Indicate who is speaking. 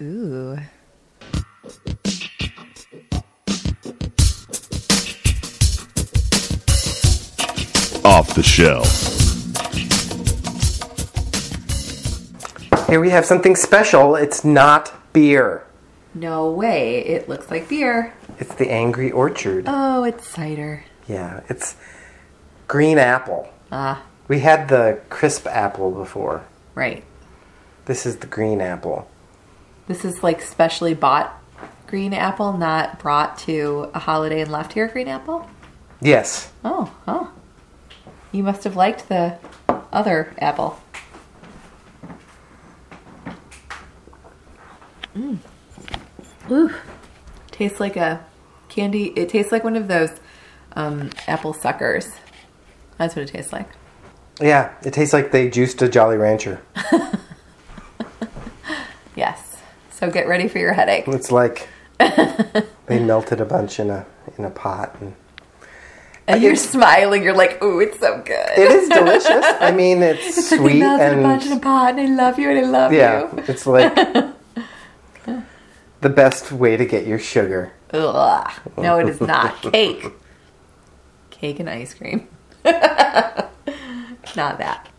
Speaker 1: Ooh.
Speaker 2: Off the shelf.
Speaker 3: Here we have something special. It's not beer.
Speaker 1: No way. It looks like beer.
Speaker 3: It's the Angry Orchard.
Speaker 1: Oh, it's cider.
Speaker 3: Yeah, it's green apple.
Speaker 1: Ah,
Speaker 3: We had the crisp apple before.
Speaker 1: right.
Speaker 3: This is the green apple.
Speaker 1: This is like specially bought green apple, not brought to a holiday and left here green apple.
Speaker 3: Yes.
Speaker 1: Oh, oh. You must have liked the other apple. Mm. Ooh. Tastes like a candy. It tastes like one of those um, apple suckers. That's what it tastes like.
Speaker 3: Yeah, it tastes like they juiced a Jolly Rancher.
Speaker 1: Yes. So get ready for your headache.
Speaker 3: It's like they melted a bunch in a in a pot and
Speaker 1: And you're smiling. You're like, ooh, it's so good.
Speaker 3: it is delicious. I mean, it's,
Speaker 1: It's like
Speaker 3: sweet
Speaker 1: a melted
Speaker 3: and
Speaker 1: bunch in a pot, and I love you, and I love
Speaker 3: yeah,
Speaker 1: you.
Speaker 3: it's like the best way to get your sugar.
Speaker 1: Ugh. No, it is not cake. Cake and ice cream. not that.